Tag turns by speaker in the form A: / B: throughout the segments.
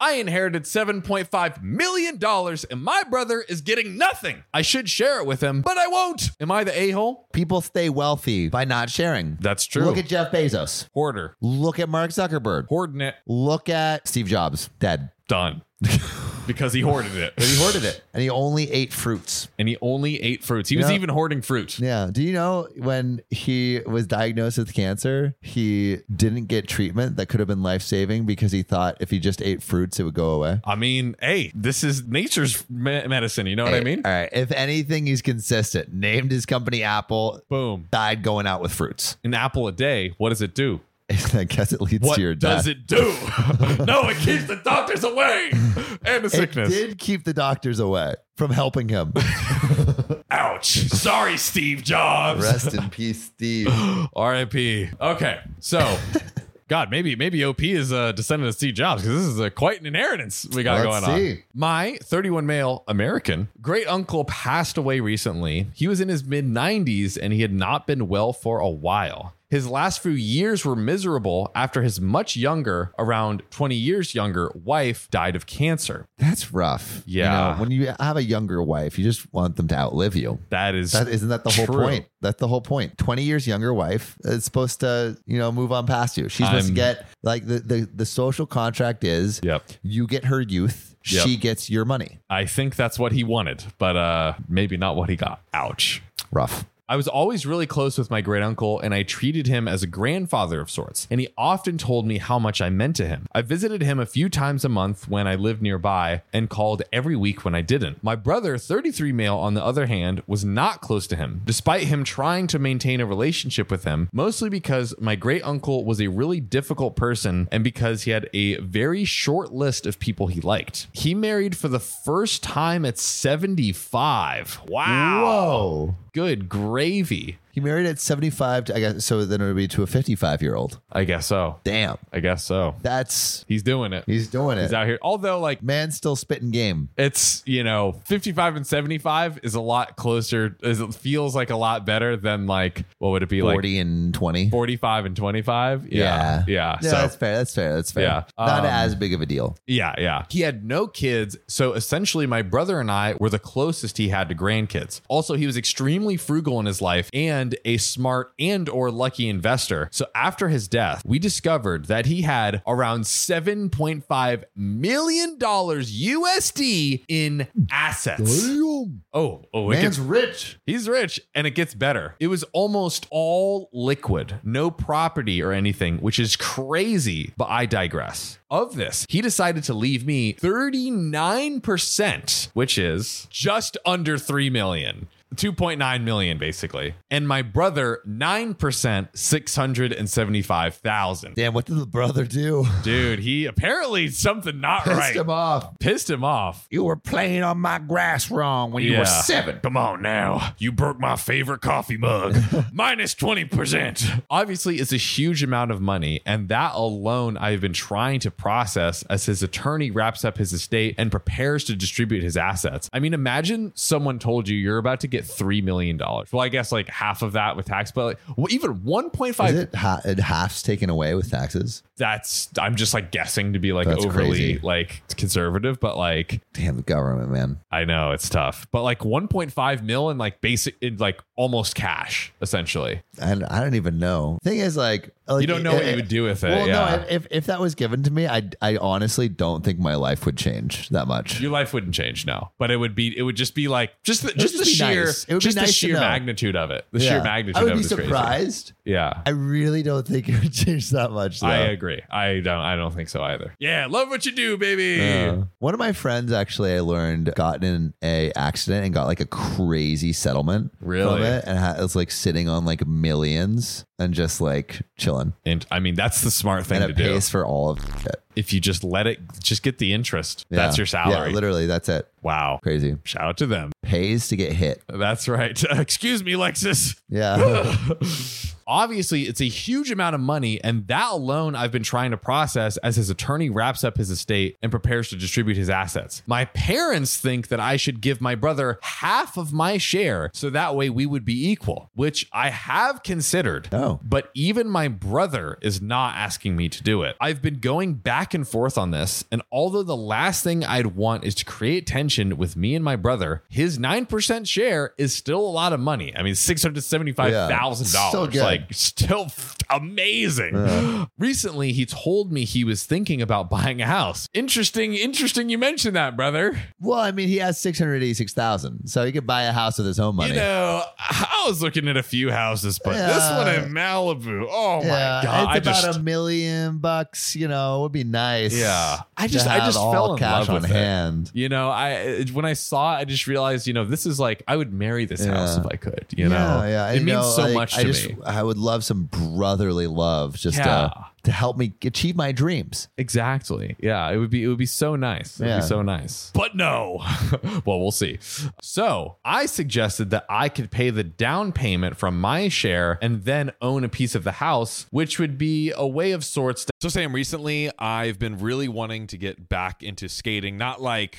A: I inherited $7.5 million and my brother is getting nothing. I should share it with him, but I won't. Am I the a hole?
B: People stay wealthy by not sharing.
A: That's true.
B: Look at Jeff Bezos.
A: Hoarder.
B: Look at Mark Zuckerberg.
A: Hoarding it.
B: Look at Steve Jobs, dead.
A: Done. because he hoarded it.
B: He hoarded it and he only ate fruits.
A: And he only ate fruits. He was
B: Yeah.
A: even hoarding fruit.
B: Yeah. Do you know when he was diagnosed with cancer, he didn't get treatment that could have been life saving because he thought if he just ate fruits, it would go away?
A: I mean, hey, this is nature's me- medicine. You know what I mean?
B: All right. If anything, he's consistent. Named his company Apple,
A: Boom.
B: died going out with fruits.
A: An apple a day. What does it do?
B: I guess it leads
A: What
B: to your
A: does
B: death.
A: it do? no, it keeps the doctors away and the sickness.
B: did keep the doctors away from helping him.
A: Ouch. Sorry, Steve Jobs.
B: Rest in peace, Steve.
A: R.I.P. Okay, so. God, maybe maybe OP is a descendant of Steve Jobs because this is a, quite an inheritance we got
B: Let's
A: going on.
B: see.
A: My 31 male American great uncle passed away recently. He was in his mid 90s and he had not been well for a while. His last few years were miserable after his much younger, around 20 years younger, wife died of cancer.
B: That's rough. You
A: Yeah.
B: know, when you have a younger wife, you just want them to outlive you.
A: That is
B: That isn't that the whole
A: True.
B: point? That's the whole point. Twenty years younger wife is supposed to, you know, move on past you. She's supposed
A: I'm-
B: to get like the, the the social contract is
A: Yep.
B: you get her youth,
A: Yep.
B: she gets your money.
A: I think that's what he wanted, but uh maybe not what he got. Ouch.
B: Rough.
A: I was always really close with my great uncle, and I treated him as a grandfather of sorts, and he often told me how much I meant to him. I visited him a few times a month when I lived nearby and called every week when I didn't. My brother, 33 male, on the other hand, was not close to him, despite him trying to maintain a relationship with him, mostly because my great uncle was a really difficult person and because he had a very short list of people he liked. He married for the first time at 75. Wow.
B: Whoa.
A: Good gravy.
B: He married at seventy five. I guess so. Then it would be to a fifty five year old.
A: I guess so.
B: Damn.
A: I guess so.
B: That's
A: He's doing it.
B: he's doing it.
A: He's out here. Although, like,
B: Man's still spitting game.
A: it's, you know, 55 and 75 is a lot closer, is, it feels like a lot better than, like, what would it be like?
B: Forty and twenty.
A: 45 and 25?
B: Yeah.
A: Yeah. Yeah.
B: Yeah,
A: so,
B: that's fair. That's fair. That's fair.
A: Yeah.
B: Not
A: Um,
B: as big of a deal.
A: yeah. Yeah. He had no kids. So essentially, my brother and I were the closest he had to grandkids. Also, he was extremely frugal in his life and a smart and or lucky investor. So after his death, we discovered that he had around 7.5 million dollars USD in assets. Oh, oh, it gets
B: Man's rich.
A: He's rich and it gets better. It was almost all liquid, no property or anything, which is crazy, but I digress. Of this, he decided to leave me 39%, which is just under 3 million. 2.9 million basically. And my brother 9% 675,000.
B: Damn, what did the brother do?
A: Dude, he apparently something not
B: Pissed
A: right.
B: him off.
A: Pissed him off.
B: You were playing on my grass wrong when
A: Yeah. Come on now. You broke my favorite coffee mug. Minus 20%. Obviously, it's a huge amount of money, and that alone I've been trying to process as his attorney wraps up his estate and prepares to distribute his assets. I mean, imagine someone told you you're about to get $3 million. Well, I guess like half of that with tax, but like, well, even 1.5
B: Is it ha- it half's taken away with taxes?
A: that's I'm just like guessing to be like
B: That's
A: overly
B: crazy.
A: like conservative, but like
B: Damn the government, man.
A: I know it's tough, but like 1.5 mil in like basic in like almost cash essentially.
B: And I don't even know. Thing is, like, like eh,
A: You don't know what you would do with it.
B: Well,
A: yeah.
B: no. If if that was given to me, I I honestly don't think my life would change that much.
A: your life wouldn't change no, but it would be it would just be like just the, just,
B: just be
A: the sheer
B: nice. It would be
A: just the
B: nice to
A: sheer
B: know.
A: magnitude of it. The
B: Yeah.
A: sheer magnitude
B: I would
A: of
B: be
A: it is crazy.
B: surprised.
A: Yeah.
B: I really don't think it would change that much. Though.
A: I agree. I don't I don't think so either. Yeah, love what you do, baby.
B: Yeah. One of my friends actually, I learned, got in a accident and got like a crazy settlement.
A: Really?
B: From it, and ha- was like sitting on like millions and just like chilling.
A: And I mean that's the smart thing
B: and
A: to
B: it
A: do.
B: pays for all of it.
A: If you just let it just get the interest.
B: Yeah.
A: That's your salary.
B: Yeah, literally, that's it.
A: wow.
B: Crazy.
A: Shout out to them.
B: Pays to get hit.
A: That's right. Excuse me, Lexus.
B: Yeah.
A: obviously it's a huge amount of money, and that alone I've been trying to process as his attorney wraps up his estate and prepares to distribute his assets. My parents think that I should give my brother half of my share so that way we would be equal, which I have considered.
B: Oh.
A: But even my brother is not asking me to do it. I've been going back and forth on this, and although the last thing I'd want is to create tension with me and my brother, his 9% share is still a lot of money. I mean, $675,000.
B: Yeah. Still good.
A: Like, still f- amazing. Recently, he told me he was thinking about buying a house. Interesting, interesting you mentioned that, brother.
B: Well, I mean, he has six hundred eighty-six thousand, so he could buy a house with his own money.
A: You know, I was looking at a few houses, but this
B: Yeah.
A: one in Malibu. Oh
B: yeah,
A: my god! I
B: it's about
A: just,
B: a million bucks. You know, it would be nice.
A: Yeah. I
B: to
A: just- I
B: have
A: just
B: all
A: fell in
B: cash
A: love
B: on
A: with it.
B: hand.
A: you know, I it- when I saw, it, I just realized, you know, this is like I would marry this house
B: Yeah.
A: if I could. You know,
B: yeah, yeah.
A: it
B: And, you
A: means
B: know,
A: so
B: like,
A: much to
B: I just,
A: me.
B: I would love some brotherly love, just
A: Yeah.
B: to, to help me achieve my dreams.
A: Exactly. Yeah, it would be it would be so nice. It would
B: Yeah.
A: be so nice. But no. well, we'll see. So, I suggested that I could pay the down payment from my share and then own a piece of the house, which would be a way of sorts. To-
C: So Sam, recently I've been really wanting to get back into skating, not like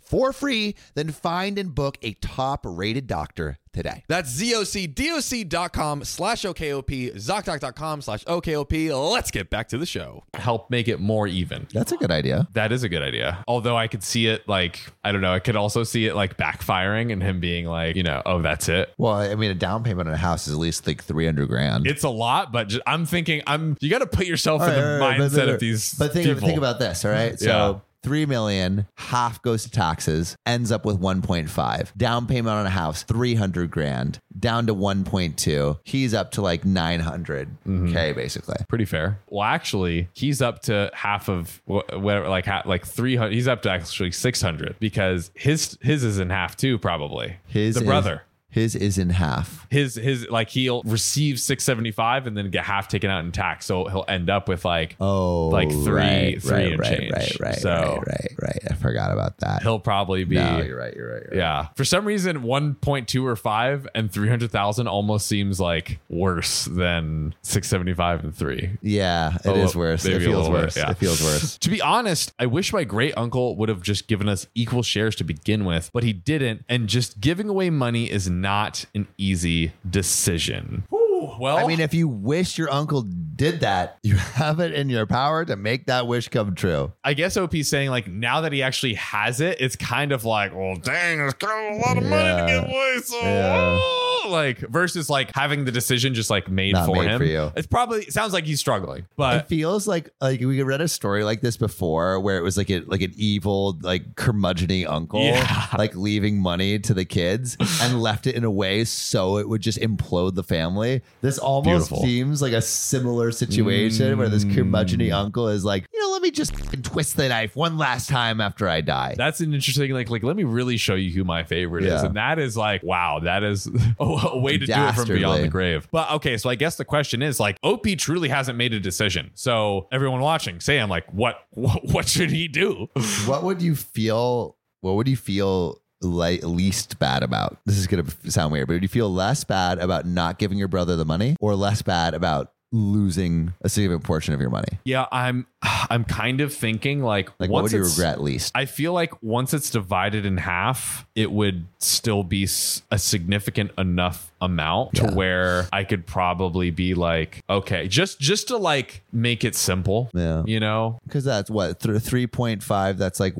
B: for free. Then find and book a top rated doctor today.
C: That's zocdoc.com slash OKOP, ZocDoc.com slash OKOP. Let's get back to the show.
A: help make it more even.
B: That's a good idea.
A: That is a good idea. Although I could see it like I don't know, I could also see it like backfiring and him being like, you know, oh, that's it.
B: Well, I mean, a down payment on a house is at least like 300 grand.
A: It's a lot, but ju- I'm thinking I'm you got to put yourself in
B: All
A: the
B: right, all right,
A: mindset
B: but- but-
A: of these
B: But think,
A: people.
B: think about this, all right? So
A: Yeah.
B: three million, half goes to taxes, ends up with one point five. Down payment on a house, three hundred grand, down to one point two. He's up to like nine
A: Mm-hmm.
B: k basically.
A: Pretty fair. Well, actually, he's up to half of wh- whatever, like ha- like three hundred. He's up to actually six hundred because his his is in half too, probably.
B: His
A: the
B: is-
A: brother.
B: his is in half.
A: His his like he'll receive six seventy five and then get half taken out in tax, so he'll end up with like
B: Oh,
A: Like three-
B: right,
A: three
B: right,
A: and
B: right,
A: change.
B: Right, right,
A: So-
B: right, right, right. I forgot about that.
A: he'll probably be
B: no, you're right, you're right. You're right.
A: Yeah. For some reason, 1.2 or 5 and 300,000 almost seems like worse than 675 and 3.
B: Yeah, it is
A: A little-
B: worse. It
A: maybe a
B: feels
A: little bit,
B: worse.
A: yeah.
B: It feels worse.
A: To be honest, I wish my great uncle would have just given us equal shares to begin with, but he didn't. And just giving away money is not an easy decision. well,
B: I mean, if you wish your uncle did that, you have it in your power to make that wish come true.
A: I guess OP's saying, like, now that he actually has it, it's kind of like, well, dang, it's kind of a lot of money to
B: Yeah.
A: give away. So,
B: Yeah.
A: oh, like, versus like having the decision just like made
B: Not
A: for
B: made
A: him.
B: for you.
A: It's probably, it sounds like he's struggling, but
B: it feels like like we read a story like this before, where it was like a, like an evil like curmudgeony uncle,
A: Yeah.
B: like leaving money to the kids and left it in a way so it would just implode the family. This almost
A: Beautiful.
B: seems like a similar situation where this
A: Mm.
B: curmudgeony uncle is like, you know, let me just f***ing twist the knife one last time after I die.
A: That's an interesting like like let me really show you who my favorite is.
B: Yeah.
A: And that is like wow, that is a, a way to do it from beyond
B: Dastardly.
A: the grave. But okay, so I guess the question is like OP truly hasn't made a decision. So everyone watching, say I'm like what what, what should he do?
B: what would you feel? What would you feel le- least bad about? This is going to sound weird, but would you feel less bad about not giving your brother the money or less bad about losing a significant portion of your money?
A: Yeah, I'm I'm kind of thinking like,
B: Like, what
A: once
B: would you
A: it's-
B: regret least?
A: I feel like once it's divided in half, it would still be s- a significant enough amount
B: Yeah.
A: to where I could probably be like, okay, just just to like make it simple,
B: Yeah.
A: you know,
B: Because that's what, th- 3.5, that's like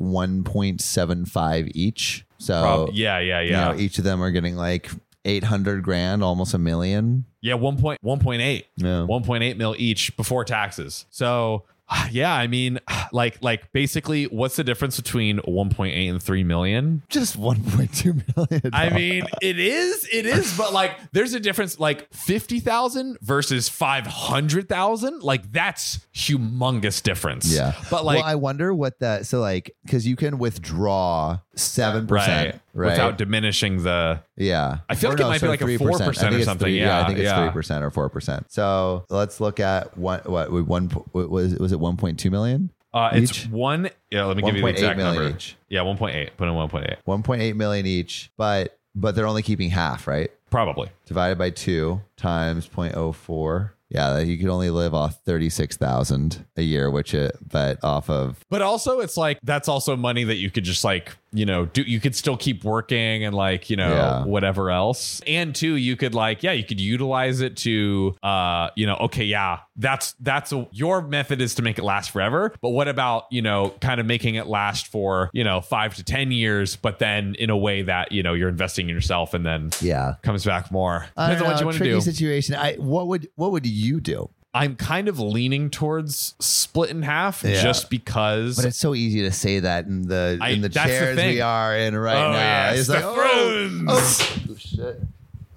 B: 1.75 each. So,
A: Prob- yeah, yeah,
B: you
A: yeah,
B: know, each of them are getting like 800 grand, almost a million.
A: yeah. One point, one point eight,
B: Yeah.
A: one point eight mil each before taxes. So. Yeah, I mean, like, like basically, what's the difference between 1.8 and 3 million?
B: Just 1.2 million.
A: I mean, it is, it is, but like, there's a difference, like fifty thousand versus five hundred thousand. Like, that's humongous difference.
B: Yeah.
A: but like,
B: well, I wonder what that. So, like, because you can withdraw seven
A: right,
B: percent, right?
A: without diminishing the.
B: yeah,
A: I feel like it might be like a
B: 3%.
A: 4%
B: I think
A: or
B: it's
A: something.
B: three-
A: Yeah,
B: I think it's three
A: yeah.
B: percent or four percent. So let's look at one. What we one po- what was was it one point two million?
A: Uh, it's
B: Each?
A: one. Yeah, let me give you the
B: 1.8
A: exact
B: million
A: number.
B: each.
A: Yeah, one point eight. Put in one point eight,
B: One point eight million each, but but they're only keeping half, right?
A: probably.
B: Divided by two times 0.04. Yeah, you could only live off thirty six thousand a year, which it but off of
A: But also, it's like that's also money that you could just like you know do. You could still keep working and like you know
B: Yeah.
A: whatever else. And two, you could like yeah, you could utilize it to uh you know okay yeah that's that's a, your method is to make it last forever. But what about you know kind of making it last for you know five to ten years, but then in a way that you know you're investing in yourself and then
B: yeah.
A: comes back more.
B: I
A: Depends
B: don't
A: on what
B: know,
A: you want to
B: tricky
A: do.
B: situation. I what would what would you do?
A: I'm kind of leaning towards split in half
B: Yeah.
A: just because
B: But it's so easy to say that in the
A: I-
B: in the
A: that's the
B: chairs
A: thing.
B: we are in right
A: Oh,
B: now.
A: yeah,
B: It's
A: it's
B: like,
A: the
B: oh,
A: thrones.
B: oh, oh, shit.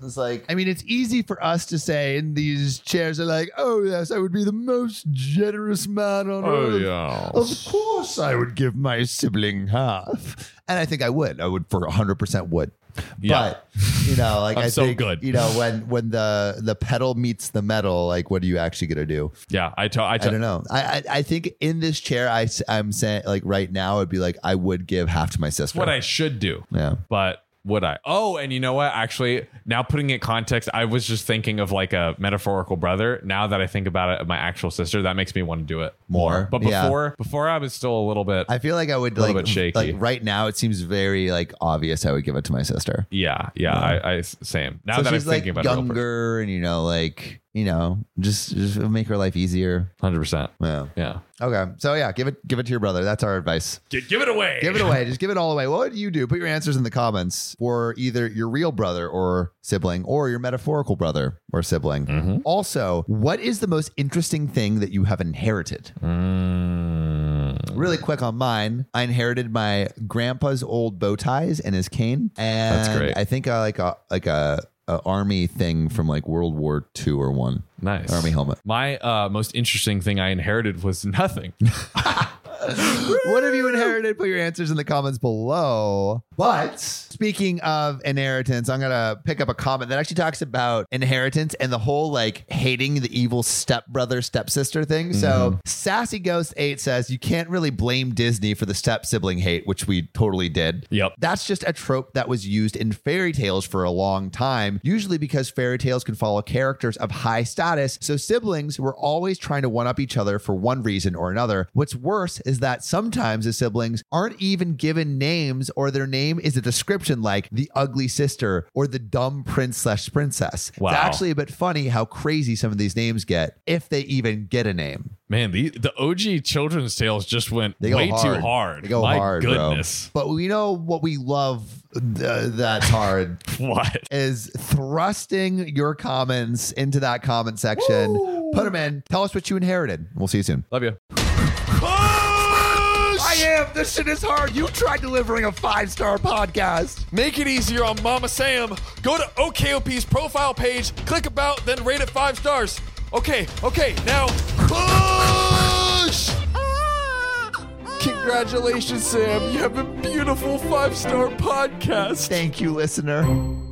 B: It's like I mean, it's easy for us to say in these chairs are like, oh yes, I would be the most generous man on earth.
A: Oh, yeah.
B: Of course, I would give my sibling half, and I think I would. I would for hundred percent would.
A: Yeah.
B: But you know, like
A: I'm
B: I
A: so
B: think,
A: good.
B: You know, when when the the pedal meets the metal, like what are you actually gonna do?
A: Yeah, I to- I,
B: I
A: to-
B: don't know. I, I I think in this chair, I am saying like right now, it'd be like I would give half to my sister.
A: what I should do,
B: yeah.
A: but would I? Oh, and you know what? Actually, now putting it context, I was just thinking of like a metaphorical brother. Now that I think about it, my actual sister, that makes me want to do it
B: More,
A: But
B: yeah.
A: before, before I was still a little bit.
B: I feel like I would
A: A little
B: like
A: bit shaky.
B: like right now. It seems very like obvious. I would give it to my sister.
A: yeah, yeah, I, I same. Now
B: So
A: that I'm
B: she's like
A: thinking about it,
B: younger, and you know, like you know, just just make her life easier.
A: hundred percent.
B: Yeah.
A: Yeah,
B: Okay. So yeah, give it give it to your brother. That's our advice.
A: give, give it away.
B: Give it away. Just give it all away. What would you do? Put your answers in the comments for either your real brother or sibling or your metaphorical brother or sibling.
A: Mm-hmm.
B: Also, what is the most interesting thing that you have inherited?
A: Mm,
B: Really quick on mine, I inherited my grandpa's old bow ties and his cane. And
A: That's great.
B: I think I like a like a, a army thing from like World War II or one.
A: nice
B: Army helmet.
A: My uh, most interesting thing I inherited was nothing.
B: what have you inherited? Put your answers in the comments below. But speaking of inheritance, I'm gonna pick up a comment that actually talks about inheritance and the whole like hating the evil stepbrother, stepsister thing. So Sassy Ghost 8 says you can't really blame Disney for the step sibling hate, which we totally did.
A: Yep.
B: That's just a trope that was used in fairy tales for a long time, usually because fairy tales can follow characters of high status, so siblings were always trying to one up each other for one reason or another. What's worse is that sometimes the siblings aren't even given names or their name is a description like the ugly sister or the dumb prince slash princess.
A: Wow.
B: It's actually a bit funny how crazy some of these names get, if they even get a name.
A: Man, the the OG children's tales just went
B: They go
A: way
B: hard.
A: too hard.
B: They go
A: My
B: hard, bro.
A: goodness.
B: But we know what we love uh, that's hard
A: What?
B: is thrusting your comments into that comment section. Put them in. Tell us what you inherited. We'll see you soon.
A: Love you.
B: I am. This shit is hard. You tried delivering a five star podcast.
C: Make it easier on Mama Sam. Go to OKOP's profile page, click about, then rate it five stars. Okay, okay, now push! Congratulations, Sam. You have a beautiful five star podcast.
B: Thank you, listener.